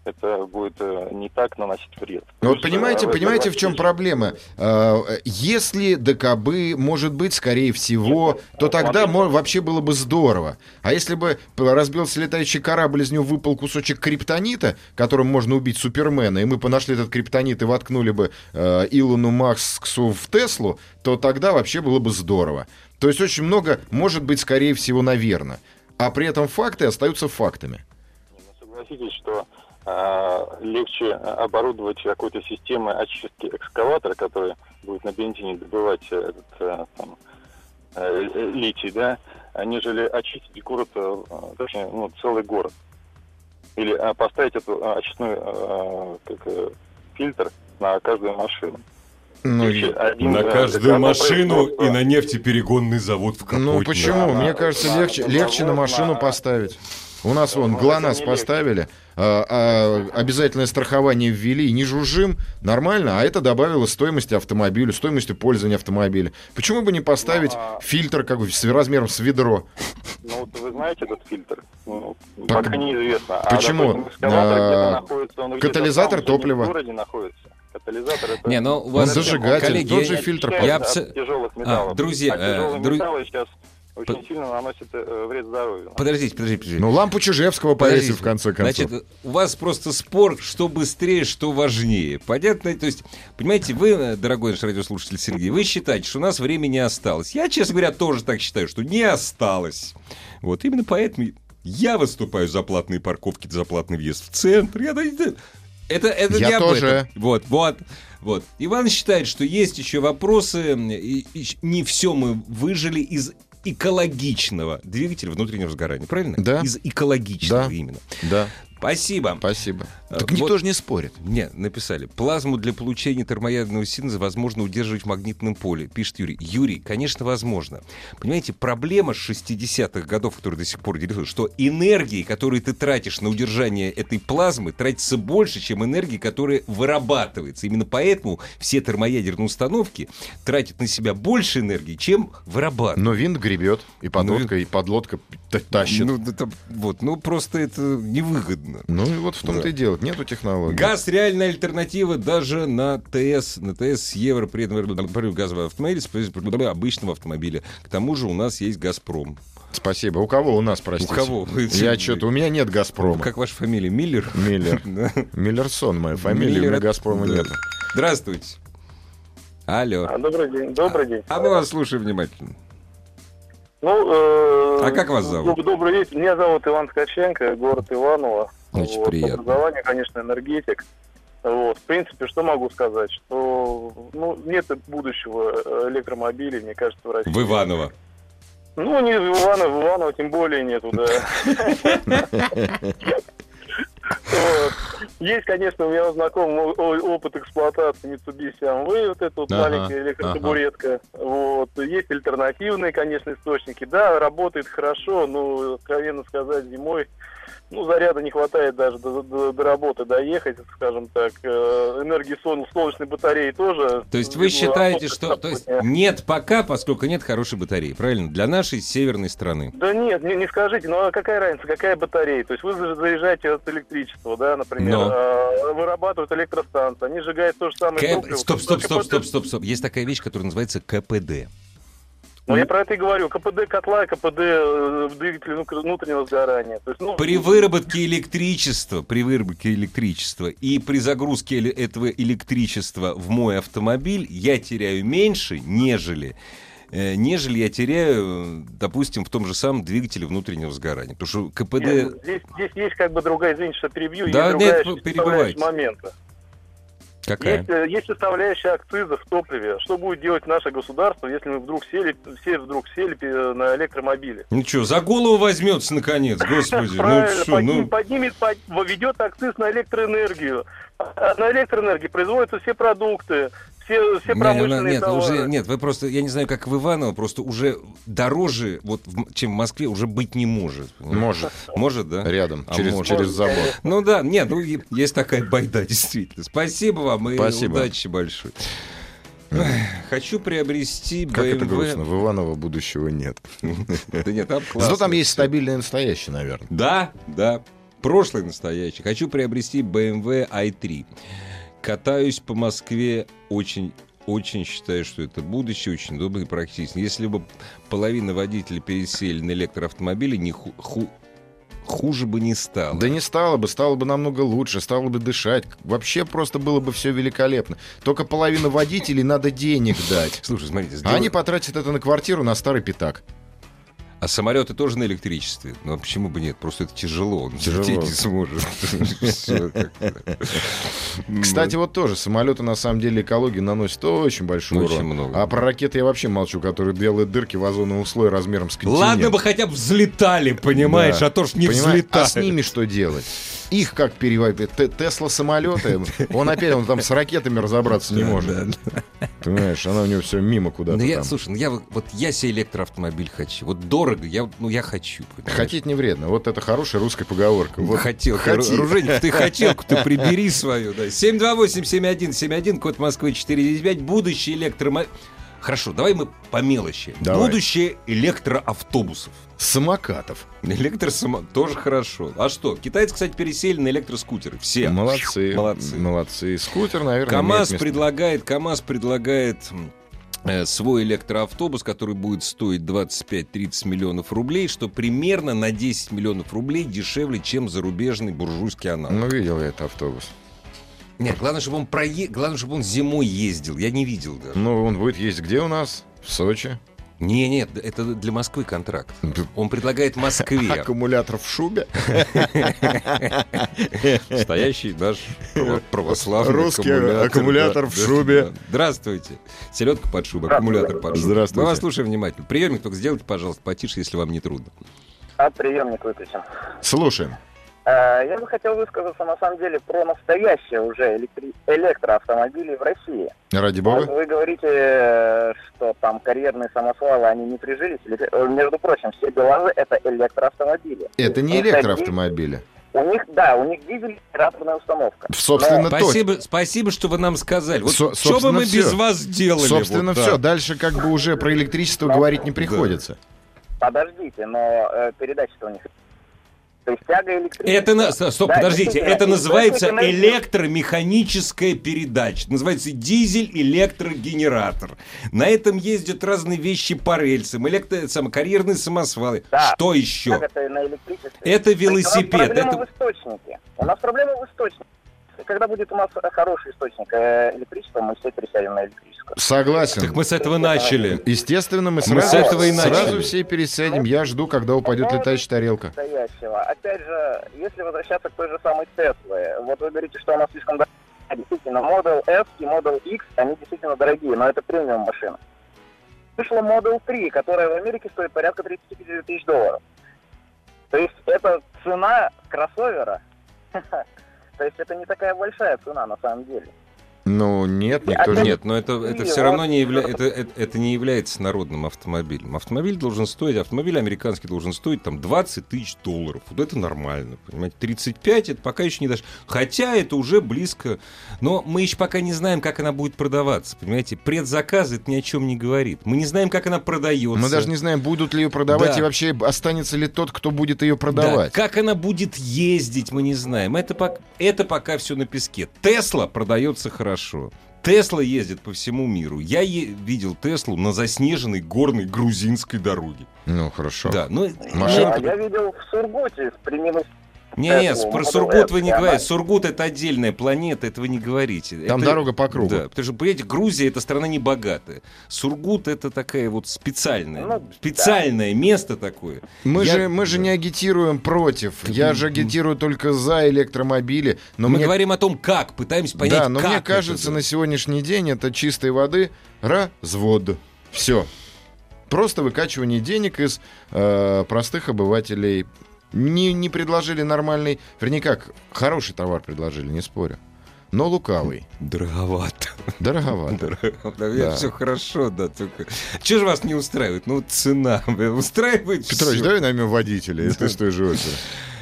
Speaker 6: это будет э, не так наносить вред.
Speaker 2: Ну вот
Speaker 6: Плюс, э,
Speaker 2: понимаете,
Speaker 6: в этом
Speaker 2: понимаете, в чем
Speaker 6: вообще-
Speaker 2: проблема? А, э, Если ДКБ, может быть, скорее всего, то тогда мо- вообще было бы здорово. А если бы п- разбился летающий корабль, из него выпал кусочек криптонита, которым можно убить Супермена, и мы понашли этот криптонит и воткнули бы э, Илону Максу в Теслу, то тогда вообще было бы здорово. То есть очень много, может быть, скорее всего, наверное. А при этом факты остаются фактами.
Speaker 6: Не, ну, Согласитесь, что а, легче э, оборудовать какой-то системой очистки экскаватора, который будет на бензине добывать э, этот э, там, э, э, литий, да, а нежели очистить город, э, э, точнее, ну, целый город. Или а, поставить эту э, очистную э, как, э, фильтр на каждую машину.
Speaker 2: Ну,
Speaker 6: Вообще, один,
Speaker 1: на
Speaker 6: э,
Speaker 1: каждую
Speaker 6: одно
Speaker 1: машину и
Speaker 6: производство-
Speaker 1: на нефтеперегонный завод в Капотне.
Speaker 2: Ну почему?
Speaker 6: Да,
Speaker 2: Мне
Speaker 6: да,
Speaker 2: кажется,
Speaker 6: да,
Speaker 2: легче,
Speaker 6: да,
Speaker 2: легче на
Speaker 6: возможно,
Speaker 2: машину
Speaker 6: а-
Speaker 2: поставить. У нас вон
Speaker 6: Ну, это
Speaker 2: ГЛОНАСС
Speaker 6: не легче.
Speaker 2: поставили, а, а, обязательное страхование ввели, не жужжим, нормально, а это добавило стоимости автомобилю, стоимости пользования автомобиля. Почему бы не поставить
Speaker 6: Ну, а-
Speaker 2: фильтр как бы с размером с ведро?
Speaker 6: Ну, вот вы знаете этот фильтр? Ну,
Speaker 2: Так
Speaker 6: пока неизвестно.
Speaker 2: почему?
Speaker 6: А, допустим, экскаватор
Speaker 2: А,
Speaker 6: где-то находится, он где-то
Speaker 2: катализатор
Speaker 6: там же не
Speaker 2: топлива.
Speaker 6: В городе находится. Катализатор это...
Speaker 1: Не, ну, у вас-
Speaker 2: зажигатель,
Speaker 6: коллеги,
Speaker 2: тот же
Speaker 6: я-
Speaker 2: фильтр.
Speaker 6: я
Speaker 1: Я
Speaker 6: от
Speaker 1: абсо-
Speaker 6: тяжелых металлов.
Speaker 1: А, друзья,
Speaker 6: А тяжелые
Speaker 1: э, дру-
Speaker 6: металлы сейчас очень
Speaker 1: Под-
Speaker 6: сильно наносят э, вред здоровью.
Speaker 1: Подождите, подождите, подождите.
Speaker 2: Ну лампу Чижевского повесил
Speaker 1: Подождите.
Speaker 2: в конце концов.
Speaker 1: Значит, у вас просто спор, что быстрее, что важнее. Понятно? То есть, понимаете, вы, э, дорогой наш радиослушатель Сергей, вы считаете, что у нас времени не осталось. Я, честно говоря, тоже так считаю, что не осталось. Вот именно поэтому я выступаю за платные парковки, за платный въезд в центр. Я- это- это, это
Speaker 2: Я
Speaker 1: не об
Speaker 2: тоже.
Speaker 1: этом. Вот, вот. Вот. Иван считает, что есть еще вопросы, м, и- и щ- не все мы выжили из экологичного двигателя внутреннего сгорания, правильно?
Speaker 2: Да.
Speaker 1: Из экологичного
Speaker 2: Да.
Speaker 1: именно.
Speaker 2: Да.
Speaker 1: Спасибо.
Speaker 2: Спасибо.
Speaker 1: Э,
Speaker 2: Так
Speaker 1: вот-
Speaker 2: никто же не спорит.
Speaker 1: Не, написали. Плазму для получения термоядерного синтеза возможно удерживать в магнитном поле, пишет Юрий. Юрий, конечно, возможно. Понимаете, проблема 60-х годов, которая до сих пор не решилась, что энергии, которые ты тратишь на удержание этой плазмы, тратится больше, чем энергии, которая вырабатывается. Именно поэтому все термоядерные установки тратят на себя больше энергии, чем вырабатывают.
Speaker 2: Но винт гребет, и подлодка, и подлодка та- тащит.
Speaker 1: Ну, да там- вот, ну просто это невыгодно.
Speaker 2: Ну и вот в том-то
Speaker 1: Да.
Speaker 2: и дело. Нету технологий.
Speaker 1: Газ реальная альтернатива даже на ТС, на ТС евро при этом газовый автомобиль с обычного автомобиля. К тому же у нас есть Газпром.
Speaker 2: Спасибо. У кого у нас, простите?
Speaker 1: У кого?
Speaker 2: Я что-то... У меня нет «Газпрома».
Speaker 1: Как ваша фамилия? Миллер?
Speaker 2: Миллер.
Speaker 1: Да.
Speaker 2: Миллерсон моя фамилия, у меня
Speaker 1: Миллер-
Speaker 2: «Газпрома»
Speaker 1: Да.
Speaker 2: нет.
Speaker 1: Здравствуйте. Алло.
Speaker 7: А, Добрый день, добрый день.
Speaker 1: А мы вас слушаем внимательно.
Speaker 7: Ну, э,
Speaker 1: А как вас зовут?
Speaker 7: доб- Добрый вечер. Меня зовут Иван Ткаченко, город Иваново.
Speaker 1: Очень
Speaker 7: Вот,
Speaker 1: приятно.
Speaker 7: Образование, конечно, энергетик. Вот, в принципе, что могу сказать, что ну, нет будущего э, электромобилей, мне кажется, в России.
Speaker 1: В Иваново.
Speaker 7: Ну, не в Иваново, в Иваново тем более нету, да. Вот. Есть, конечно, у меня знакомый опыт эксплуатации Mitsubishi Amway, вот эта вот
Speaker 2: Ага,
Speaker 7: маленькая электротабуретка. Вот. Есть альтернативные, конечно, источники. Да, работает хорошо, но, откровенно сказать, зимой ну, заряда не хватает даже до, до- до работы доехать, скажем так. Э, Энергии солн- солнечной батареи тоже.
Speaker 1: То есть вы
Speaker 7: Ну,
Speaker 1: считаете,
Speaker 7: отсутствует
Speaker 1: что... То есть
Speaker 7: такое.
Speaker 1: нет пока, поскольку нет хорошей батареи, правильно? Для нашей северной страны.
Speaker 7: Да нет, не, не скажите, ну а какая разница, какая батарея? То есть вы за- заряжаете от электричества, да, например,
Speaker 1: Но.
Speaker 7: а, вырабатывают электростанции, они сжигают то же самое
Speaker 1: Кэп-
Speaker 7: топливо.
Speaker 1: Стоп, стоп, стоп,
Speaker 7: КПД
Speaker 1: стоп, стоп, стоп. Есть такая вещь, которая называется КПД.
Speaker 7: Ну, я про это и говорю. КПД котла, КПД э, двигателя внук- внутреннего сгорания. То есть, ну,
Speaker 1: При выработке электричества, при выработке электричества и при загрузке эле- этого электричества в мой автомобиль я теряю меньше, нежели э, нежели я теряю, э, допустим, в том же самом двигателе внутреннего сгорания. Потому что
Speaker 7: нет, ну,
Speaker 1: КПД...
Speaker 7: здесь, здесь есть как бы другая, извините, что перебью,
Speaker 1: Да,
Speaker 7: есть другая
Speaker 1: нет, перебивайте.
Speaker 7: составляющая момента.
Speaker 1: Какая?
Speaker 7: Есть, э, есть составляющая акциза в топливе. Что будет делать наше государство, если мы вдруг сели, все вдруг сели э, на электромобили?
Speaker 1: Ну что, за голову возьмется, наконец, господи. Ну
Speaker 7: Правильно,
Speaker 1: что,
Speaker 7: подним-
Speaker 1: ну...
Speaker 7: поднимет, под- введет акциз на электроэнергию. А На электроэнергии производятся все продукты, все, все
Speaker 1: Не, она-
Speaker 7: промышленные
Speaker 1: нет,
Speaker 7: товары.
Speaker 1: уже, нет, вы просто, я не знаю, как в Иваново, просто уже дороже, вот, в- чем в Москве, уже быть не может.
Speaker 2: Может.
Speaker 1: Может, да?
Speaker 2: Рядом,
Speaker 1: А
Speaker 2: через,
Speaker 1: может.
Speaker 2: через забор.
Speaker 1: Ну да, нет, ну е- есть такая байда, действительно. Спасибо вам и
Speaker 2: Спасибо.
Speaker 1: удачи большой. Эх, Хочу приобрести BMW.
Speaker 2: Как это грустно, в Иваново будущего нет.
Speaker 1: Да нет, там классно.
Speaker 2: Зато там есть
Speaker 1: всё.
Speaker 2: стабильное настоящее, наверное.
Speaker 1: Да, да. Прошлое настоящее. Хочу приобрести BMW i3. Катаюсь по Москве очень очень считаю, что это будущее, очень удобно и практично. Если бы половина водителей пересели на электроавтомобили, не ху- ху- хуже бы не стало.
Speaker 2: Да не стало бы, стало бы намного лучше, стало бы дышать. Вообще просто было бы все великолепно. Только половина водителей надо денег дать.
Speaker 1: Слушай, смотрите,
Speaker 2: А
Speaker 1: сделай-
Speaker 2: они потратят это на квартиру, на старый пятак.
Speaker 1: А самолеты тоже на электричестве. Ну а почему бы нет? Просто это тяжело. Он
Speaker 2: Тяжело.
Speaker 1: лететь не сможет. Всё как-то.
Speaker 2: Кстати, вот тоже самолеты на самом деле экологии наносят очень большой
Speaker 1: Очень
Speaker 2: урон.
Speaker 1: много.
Speaker 2: А про ракеты я вообще молчу, которые делают дырки в озоновом слое размером с континент.
Speaker 1: Ну, Ладно бы хотя бы взлетали, понимаешь,
Speaker 2: Да.
Speaker 1: а то ж не
Speaker 2: Понимаешь,
Speaker 1: взлетали.
Speaker 2: А с ними что делать? Их как переводить? Т- Тесла самолеты? Он опять он там с ракетами разобраться не
Speaker 1: Да,
Speaker 2: может. Понимаешь, она у него все мимо куда-то
Speaker 1: Ну, я,
Speaker 2: там.
Speaker 1: слушай, ну я вот вот я себе электроавтомобиль хочу. Вот дорого, я, ну я хочу. понимаешь? Ну,
Speaker 2: Хотеть не вредно. Вот это хорошая русская поговорка. Вот
Speaker 1: хотел.
Speaker 2: хоти.
Speaker 1: Руженик, ты хотелку, ты прибери свою. Да. 728-7171, код Москвы 495, будущее электромо... Хорошо, давай мы по мелочи.
Speaker 2: Давай.
Speaker 1: Будущее электроавтобусов.
Speaker 2: Самокатов.
Speaker 1: Электросама тоже хорошо. А что? Китайцы, кстати, пересели на электроскутеры. Все.
Speaker 2: Молодцы.
Speaker 1: Молодцы.
Speaker 2: Молодцы. Скутер, наверное,
Speaker 1: КАМАЗ
Speaker 2: имеет место.
Speaker 1: предлагает, КАМАЗ предлагает м, э, свой электроавтобус, который будет стоить 25-30 миллионов рублей, что примерно на 10 миллионов рублей дешевле, чем зарубежный буржуйский аналог.
Speaker 2: Ну, видел я этот автобус.
Speaker 1: Нет, главное, чтобы он прое... главное, чтобы он зимой ездил. Я не видел даже.
Speaker 2: Ну, он будет есть где у нас? В Сочи.
Speaker 1: Не, нет, это для Москвы контракт. Он предлагает
Speaker 2: А
Speaker 1: Москве.
Speaker 2: Аккумулятор в шубе.
Speaker 1: Настоящий наш право- православный
Speaker 2: Русский аккумулятор в
Speaker 1: да,
Speaker 2: шубе.
Speaker 1: да. Здравствуйте. Селедка под шубой, аккумулятор под шубой.
Speaker 2: Здравствуйте.
Speaker 1: Мы вас слушаем внимательно. Приемник только сделайте, пожалуйста, потише, если вам не трудно.
Speaker 8: А, приемник выключен.
Speaker 2: Слушаем.
Speaker 8: А, Я бы хотел высказаться на самом деле про настоящие уже электри- электроавтомобили в России.
Speaker 2: Ради бога.
Speaker 8: А Вы говорите, э, что там карьерные самосвалы, они не прижились. Эле- э, Между прочим, все БелАЗы это электроавтомобили.
Speaker 2: Это не
Speaker 8: Ну, кстати,
Speaker 2: электроавтомобили.
Speaker 8: У них, да, у них дизель и радарная установка.
Speaker 2: Собственно, точно.
Speaker 1: Спасибо, спасибо, что вы нам сказали. Вот
Speaker 2: Со-
Speaker 1: что бы
Speaker 2: собственно,
Speaker 1: мы без
Speaker 2: всё.
Speaker 1: вас делали?
Speaker 2: Собственно,
Speaker 1: Вот, да.
Speaker 2: все. Дальше как бы уже про электричество говорить не приходится.
Speaker 8: Подождите, но э, передача-то у них... То есть тяга электрическая.
Speaker 1: Это на... с- Стоп,
Speaker 8: Да,
Speaker 1: подождите.
Speaker 8: действительно,
Speaker 1: Это
Speaker 8: и
Speaker 1: называется
Speaker 8: источник энергии-
Speaker 1: электромеханическая передача. Это Называется дизель-электрогенератор. На этом ездят разные вещи по рельсам. Электро... само- Карьерные самосвалы.
Speaker 8: Да.
Speaker 1: Что
Speaker 8: Как
Speaker 1: еще?
Speaker 8: это на электричестве?
Speaker 1: Это
Speaker 8: То есть
Speaker 1: велосипед.
Speaker 8: У нас проблема
Speaker 1: это-
Speaker 8: в источнике. У нас проблема в источнике. Когда будет у нас э, хороший источник э, электричества, мы все пересядем на электрическое.
Speaker 2: Согласен.
Speaker 1: Так мы с этого начали.
Speaker 2: Естественно, мы
Speaker 1: Мы
Speaker 2: сразу,
Speaker 1: с этого и начали.
Speaker 2: сразу все пересядем. Я жду, когда упадет летающая тарелка.
Speaker 8: настоящего. Опять же, если возвращаться к той же самой Теслы, вот вы говорите, что она слишком дорогая. Действительно, Model S и Model X, они действительно дорогие, но это премиум машина. Вышла Model 3, которая в Америке стоит порядка 35 тысяч долларов. То есть это цена кроссовера. То есть это не такая большая цена на самом деле.
Speaker 2: Ну, нет, никто же...
Speaker 1: Нет, но это, это все равно не, явля... это, это, это не является народным автомобилем. Автомобиль должен стоить, автомобиль американский должен стоить там 20 тысяч долларов. Вот это нормально, понимаете. 35 это пока еще не даже... Хотя это уже близко, но мы еще пока не знаем, как она будет продаваться, понимаете. Предзаказ это ни о чем не говорит. Мы не знаем, как она продается.
Speaker 2: Мы даже не знаем, будут ли ее продавать
Speaker 1: Да.
Speaker 2: и вообще останется ли тот, кто будет ее
Speaker 1: Да,
Speaker 2: продавать.
Speaker 1: как она будет ездить, мы не знаем. Это, пок- это пока все на песке. Тесла продается хорошо. Тесла ездит по всему миру. Я е- видел Теслу на заснеженной горной грузинской дороге.
Speaker 2: Ну, хорошо.
Speaker 1: Да, ну,
Speaker 2: Машинка.
Speaker 8: А Я видел в Сургуте, в примерно...
Speaker 1: не, не, с-
Speaker 8: Теслу,
Speaker 1: про
Speaker 8: Model
Speaker 1: Сургут
Speaker 8: S,
Speaker 1: вы не
Speaker 8: и она-
Speaker 1: говорите. Сургут это отдельная планета, это вы не говорите.
Speaker 2: Там
Speaker 1: Это-
Speaker 2: дорога по кругу.
Speaker 1: Да, потому что, понимаете, Грузия это страна небогатая. Сургут это такая вот специальная,
Speaker 8: Ну, да.
Speaker 1: специальное место такое.
Speaker 2: Мы,
Speaker 1: Я-
Speaker 2: же, мы же
Speaker 1: да.
Speaker 2: не агитируем против. Я же агитирую только за электромобили. Но
Speaker 1: мы
Speaker 2: мне...
Speaker 1: говорим о том, как, пытаемся понять,
Speaker 2: да, но
Speaker 1: как
Speaker 2: мне
Speaker 1: это
Speaker 2: кажется,
Speaker 1: делать.
Speaker 2: на сегодняшний день это чистой воды развод. Все. Просто выкачивание денег из э, простых обывателей. Не, не предложили нормальный, вернее как, хороший товар предложили, не спорю. Но лукавый.
Speaker 1: Дороговато.
Speaker 2: Дороговато. Да.
Speaker 1: Все хорошо, да, только... Че же вас не устраивает? Ну, цена бля, устраивает
Speaker 2: Петрович,
Speaker 1: всё.
Speaker 2: давай наймем водителя, если с той же оперы.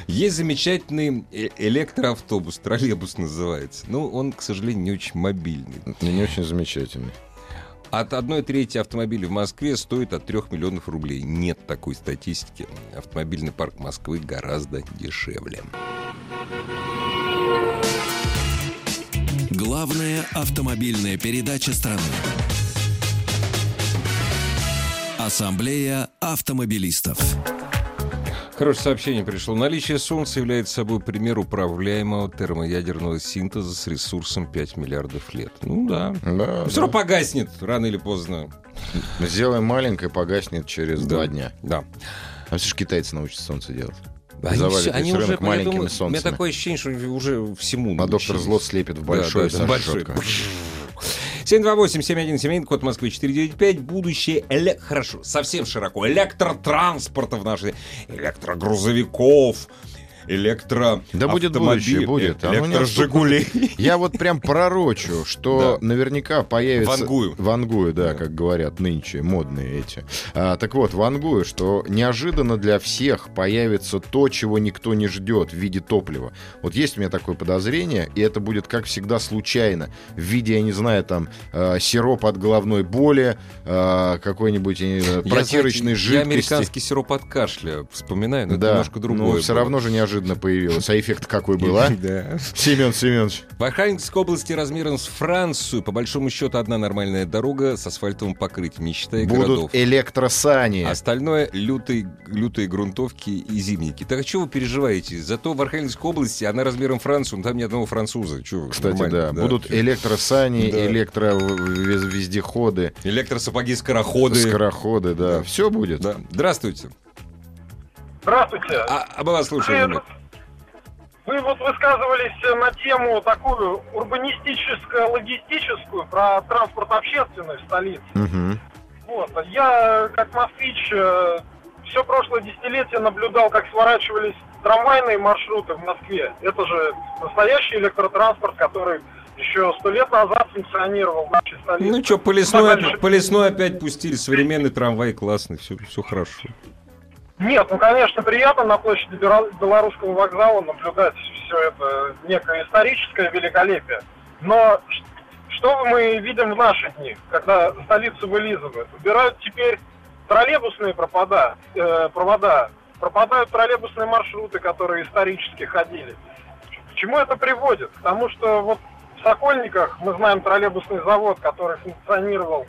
Speaker 1: Есть замечательный э- электроавтобус, троллейбус называется. Ну, он, к сожалению, не очень мобильный.
Speaker 2: Не очень замечательный.
Speaker 1: От одной трети автомобилей в Москве стоит от 3 миллионов рублей. Нет такой статистики. Автомобильный парк Москвы гораздо дешевле.
Speaker 4: Главная автомобильная передача страны. Ассамблея автомобилистов.
Speaker 1: Хорошее сообщение пришло. Наличие Солнца является собой пример управляемого термоядерного синтеза с ресурсом 5 миллиардов лет. Ну да.
Speaker 2: Да,
Speaker 1: Все равно погаснет рано или поздно.
Speaker 2: да. Сделаем маленькое, погаснет через
Speaker 1: Да.
Speaker 2: два дня.
Speaker 1: Да.
Speaker 2: А все же китайцы научатся солнце делать. А
Speaker 1: Они,
Speaker 2: Завалит
Speaker 1: всё-
Speaker 2: весь
Speaker 1: они
Speaker 2: рынок
Speaker 1: уже, я
Speaker 2: маленькими
Speaker 1: думаю, у меня
Speaker 2: солнцами.
Speaker 1: такое ощущение, что уже всему
Speaker 2: А доктор
Speaker 1: научились.
Speaker 2: зло слепит в большой
Speaker 1: Да, да, да, большой.
Speaker 2: сажет.
Speaker 1: 728-7171, код Москвы 495. Будущее эле... Хорошо, совсем широко. Электротранспорта в нашей... Электрогрузовиков, электро...
Speaker 2: Да будет будущее, будет. Оно не
Speaker 1: Электрожигулей.
Speaker 2: Я вот прям пророчу, что
Speaker 1: Да.
Speaker 2: наверняка появится...
Speaker 1: Вангую.
Speaker 2: Вангую, да,
Speaker 1: Да.
Speaker 2: как говорят нынче, модные эти. А, так вот, вангую, что неожиданно для всех появится то, чего никто не ждет в виде топлива. Вот есть у меня такое подозрение, и это будет, как всегда, случайно. В виде, я не знаю, там, э, сироп от головной боли, э, какой-нибудь я не знаю,
Speaker 1: Я, знаете,
Speaker 2: протирочной
Speaker 1: Я
Speaker 2: жидкости.
Speaker 1: американский сироп от кашля вспоминаю, но это
Speaker 2: да,
Speaker 1: немножко другое.
Speaker 2: все
Speaker 1: было.
Speaker 2: равно же неожиданно появилось. А эффект какой был, а?
Speaker 1: Да.
Speaker 2: Семен Семенович.
Speaker 1: В Архангельской области размером с Францию, по большому счету, одна нормальная дорога с асфальтовым покрытием, не считая городов.
Speaker 2: Будут электросани.
Speaker 1: А Остальное лютые, лютые грунтовки и зимники. Так а чего вы переживаете? Зато в Архангельской области она размером Францию, но там ни одного француза. Чё вы,
Speaker 2: Кстати,
Speaker 1: нормально,
Speaker 2: да, будут электросани,
Speaker 1: Да.
Speaker 2: электровездеходы,
Speaker 1: Электросапоги, скороходы.
Speaker 2: скороходы, да, все будет.
Speaker 1: Да. Здравствуйте.
Speaker 9: Здравствуйте.
Speaker 1: А, а мы вас слушаем.
Speaker 9: Привет. Вы вот высказывались э, на тему такую урбанистическо-логистическую про транспорт общественный в столице.
Speaker 2: Мгм.
Speaker 9: Вот. Я, как москвич, э, все прошлое десятилетие наблюдал, как сворачивались трамвайные маршруты в Москве. Это же настоящий электротранспорт, который еще сто лет назад функционировал в нашей столице.
Speaker 1: Ну что, по лесной, опять- по лесной опять пустили. Современный трамвай классный, все, все хорошо.
Speaker 9: Нет, ну, конечно, приятно на площади Бера- Белорусского вокзала наблюдать все это некое историческое великолепие. Но ш- что мы видим в наши дни, когда столицу вылизывают? Убирают теперь троллейбусные пропада, э, провода, пропадают троллейбусные маршруты, которые исторически ходили. К чему это приводит? К тому, что вот в Сокольниках мы знаем троллейбусный завод, который функционировал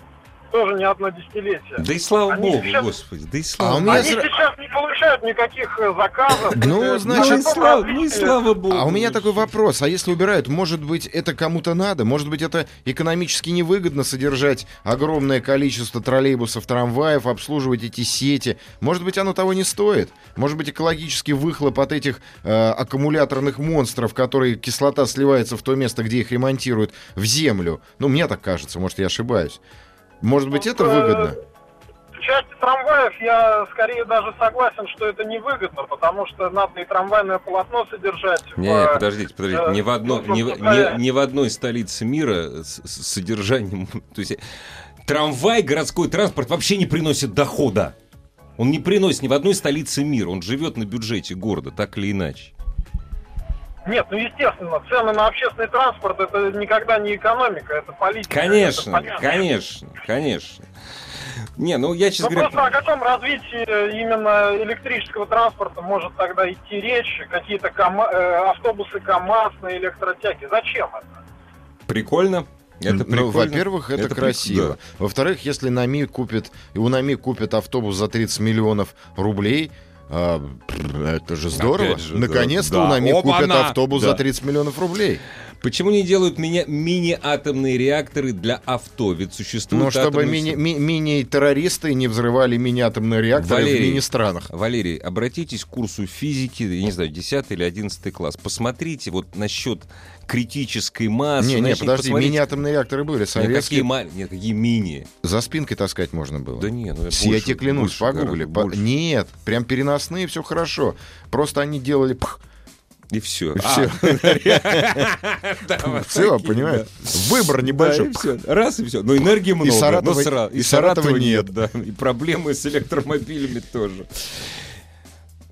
Speaker 9: тоже не одно десятилетие.
Speaker 1: Да и слава
Speaker 9: Они
Speaker 1: богу,
Speaker 9: сейчас-
Speaker 1: господи, да и
Speaker 2: А
Speaker 1: слава
Speaker 2: у
Speaker 1: богу.
Speaker 2: меня
Speaker 9: Они
Speaker 2: зра-
Speaker 9: сейчас не получают никаких э, заказов.
Speaker 2: Ну,
Speaker 9: Это
Speaker 2: значит,
Speaker 1: ну, и
Speaker 9: настолько
Speaker 1: слава, ну и
Speaker 9: отличие.
Speaker 1: слава богу.
Speaker 2: А у меня такой вопрос. А если убирают, может быть, это кому-то надо? Может быть, это экономически невыгодно содержать огромное количество троллейбусов, трамваев, обслуживать эти сети? Может быть, оно того не стоит? Может быть, экологический выхлоп от этих э, аккумуляторных монстров, которые кислота сливается в то место, где их ремонтируют, в землю? Ну, мне так кажется, может, я ошибаюсь. Может быть, это
Speaker 9: Э,
Speaker 2: выгодно?
Speaker 9: В Э, части трамваев я скорее даже согласен, что это невыгодно, потому что надо и трамвайное полотно содержать. в,
Speaker 1: Не,
Speaker 9: э,
Speaker 1: подождите, подождите, ни в, одно, ни, в- ни- ни в одной столице мира с, с содержанием, то есть трамвай, городской транспорт вообще не приносит дохода. Он не приносит ни в одной столице мира, он живет на бюджете города, так или иначе.
Speaker 9: Нет, ну естественно, цены на общественный транспорт это никогда не экономика, это политика.
Speaker 1: Конечно,
Speaker 9: это понятно.
Speaker 1: конечно, конечно. Не, ну я,
Speaker 9: Ну
Speaker 1: честно
Speaker 9: просто о
Speaker 1: говоря,
Speaker 9: каком развитии э, именно электрического транспорта может тогда идти речь? Какие-то кома- э, автобусы КАМАЗ на электротяге? Зачем это?
Speaker 1: прикольно. Это прикольно.
Speaker 2: Ну, во-первых, это,
Speaker 1: прик-
Speaker 2: красиво.
Speaker 1: да.
Speaker 2: Во-вторых, если НАМИ купит, и у НАМИ купит автобус за 30 миллионов рублей, а, пр, это же здорово.
Speaker 1: Опять же, да,
Speaker 2: Наконец-то
Speaker 1: да.
Speaker 2: у НАМИ купят
Speaker 1: Опа-на!
Speaker 2: автобус
Speaker 1: Да.
Speaker 2: за 30 миллионов рублей.
Speaker 1: Почему не делают меня мини-атомные реакторы для авто? Ведь существует...
Speaker 2: ну, чтобы
Speaker 1: атомный
Speaker 2: мини- ми- мини-террористы не взрывали мини-атомные реакторы
Speaker 1: Валерий.
Speaker 2: в мини-странах.
Speaker 1: Валерий, обратитесь к курсу физики, я не знаю, 10 или 11 класс. Посмотрите вот насчет критической массы.
Speaker 2: Не, не,
Speaker 1: начните
Speaker 2: подожди,
Speaker 1: посмотреть,
Speaker 2: мини-атомные реакторы были
Speaker 1: на какие
Speaker 2: советские.
Speaker 1: ма- Нет, какие мини.
Speaker 2: За спинкой таскать можно было.
Speaker 1: Да не, ну
Speaker 2: Все, я
Speaker 1: больше-
Speaker 2: тебе клянусь,
Speaker 1: больше
Speaker 2: погугли.
Speaker 1: гораздо,
Speaker 2: По-
Speaker 1: больше.
Speaker 2: Нет, прям переносные, все хорошо. Просто они делали... пх, а,
Speaker 1: И А, все.
Speaker 2: И все. Все, Ну, понимаешь? Выбор небольшой.
Speaker 1: Раз и все. Но энергии много. но
Speaker 2: Саратова-
Speaker 1: сра-
Speaker 2: и Саратова нет.
Speaker 1: да. И проблемы с электромобилями тоже.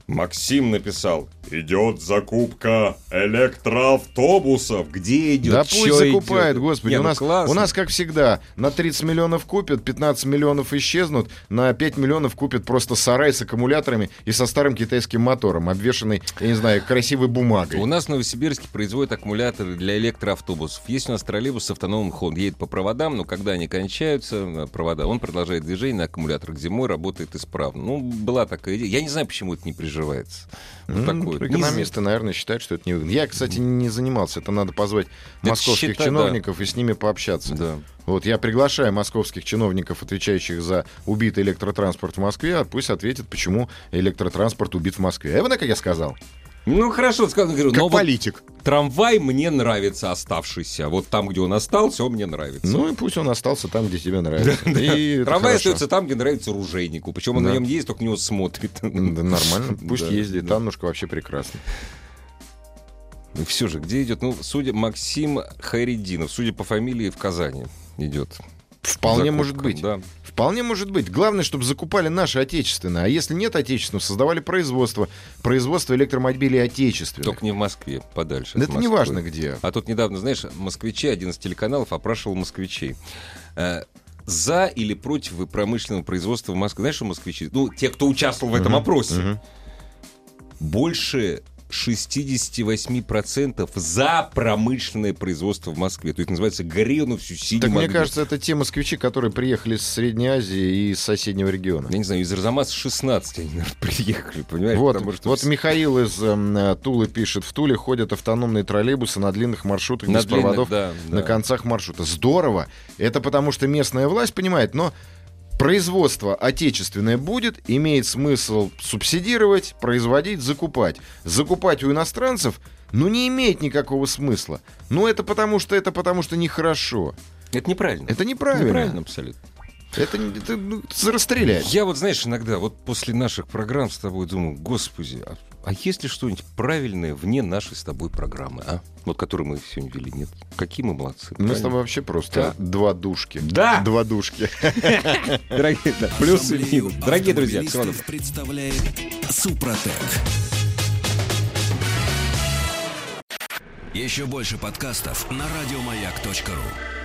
Speaker 1: Максим написал. Идет закупка электроавтобусов. Где идет?
Speaker 2: Да
Speaker 1: Чё
Speaker 2: пусть закупает,
Speaker 1: идет?
Speaker 2: господи.
Speaker 1: Не,
Speaker 2: у,
Speaker 1: ну
Speaker 2: нас,
Speaker 1: классно.
Speaker 2: у нас, как всегда, на 30 миллионов купят, 15 миллионов исчезнут, на 5 миллионов купят просто сарай с аккумуляторами и со старым китайским мотором, обвешанный, я не знаю, красивой
Speaker 1: У
Speaker 2: бумагой.
Speaker 1: нас в Новосибирске производят аккумуляторы для электроавтобусов. Есть у нас троллейбус с автономным ходом. Едет по проводам, но когда они кончаются, э, провода, он продолжает движение на аккумуляторах. Зимой работает исправно. Ну, была такая идея. Я не знаю, почему это не приживается. Вот
Speaker 2: М, ну,
Speaker 1: такое. Не
Speaker 2: Экономисты, наверное, считают, что это невыгодно. Я, кстати, не занимался. Это надо позвать
Speaker 1: Это
Speaker 2: московских
Speaker 1: счета, да.
Speaker 2: чиновников и с ними пообщаться.
Speaker 1: знаю. Да.
Speaker 2: Вот я приглашаю московских чиновников, отвечающих за убитый электротранспорт в Москве, а пусть ответят, почему электротранспорт убит в Москве. Эвана, как я сказал,
Speaker 1: Ну, хорошо, сказано, говорю,
Speaker 2: как
Speaker 1: но вот
Speaker 2: политик.
Speaker 1: трамвай мне нравится оставшийся. А Вот там, где он остался, он мне нравится.
Speaker 2: Ну и пусть он остался там, где тебе нравится. И это
Speaker 1: Трамвай
Speaker 2: хорошо.
Speaker 1: остается там, где нравится оружейнику. Причем он
Speaker 2: Да.
Speaker 1: на нем ездит, только на него смотрит.
Speaker 2: Да нормально, пусть
Speaker 1: Да,
Speaker 2: ездит.
Speaker 1: да.
Speaker 2: Аннушка вообще прекрасно.
Speaker 1: Все же, где идет? Ну, судя Максим Хайрединов, судя по фамилии, в Казани идет.
Speaker 2: Вполне
Speaker 1: Закупка,
Speaker 2: может быть.
Speaker 1: Да.
Speaker 2: Вполне может быть. Главное, чтобы закупали наши отечественные. А если нет отечественного, создавали производство. Производство электромобилей отечественных.
Speaker 1: Только не в Москве, подальше.
Speaker 2: Да
Speaker 1: от
Speaker 2: это не
Speaker 1: Москвы.
Speaker 2: важно где.
Speaker 1: А тут недавно, знаешь, москвичи, один из телеканалов опрашивал москвичей. Э, За или против вы промышленного производства в Москве? Знаешь, что москвичи? Ну, те, кто участвовал в этом
Speaker 2: Мгм,
Speaker 1: опросе.
Speaker 2: мгм.
Speaker 1: больше 68% за промышленное производство в Москве. То есть называется горел на всю синюю
Speaker 2: Так мне
Speaker 1: могнит.
Speaker 2: кажется, это те москвичи, которые приехали с Средней Азии и из соседнего региона.
Speaker 1: Я не знаю, из Арзамаса 16 они, наверное, приехали, понимаешь?
Speaker 2: Вот,
Speaker 1: Потому что
Speaker 2: вот
Speaker 1: вс-
Speaker 2: Михаил из эм, э, Тулы пишет, в Туле ходят автономные троллейбусы на длинных маршрутах
Speaker 1: на
Speaker 2: без
Speaker 1: длинных,
Speaker 2: проводов
Speaker 1: да, да.
Speaker 2: на концах маршрута. Здорово. Это потому, что местная власть понимает, но производство отечественное будет, имеет смысл субсидировать, производить, закупать. Закупать у иностранцев, ну, не имеет никакого смысла. Ну, это потому что, это потому что нехорошо.
Speaker 1: Это неправильно.
Speaker 2: Это неправильно.
Speaker 1: Неправильно абсолютно.
Speaker 2: Это, не- это, ну, расстрелять.
Speaker 1: Я вот, знаешь, иногда вот после наших программ с тобой думаю, господи, а, а есть ли что-нибудь правильное вне нашей с тобой программы, а? Вот которую мы сегодня вели, нет? Какие мы молодцы.
Speaker 2: Мы с
Speaker 1: правильно?
Speaker 2: тобой вообще просто два душки.
Speaker 1: Да.
Speaker 2: Два душки.
Speaker 1: Дорогие, да, плюсы и
Speaker 4: Ассамблею
Speaker 1: минусы. Дорогие друзья,
Speaker 4: автомобилистов
Speaker 1: Ксенов,
Speaker 4: представляет Супротек. Еще больше подкастов на радиомаяк.ру.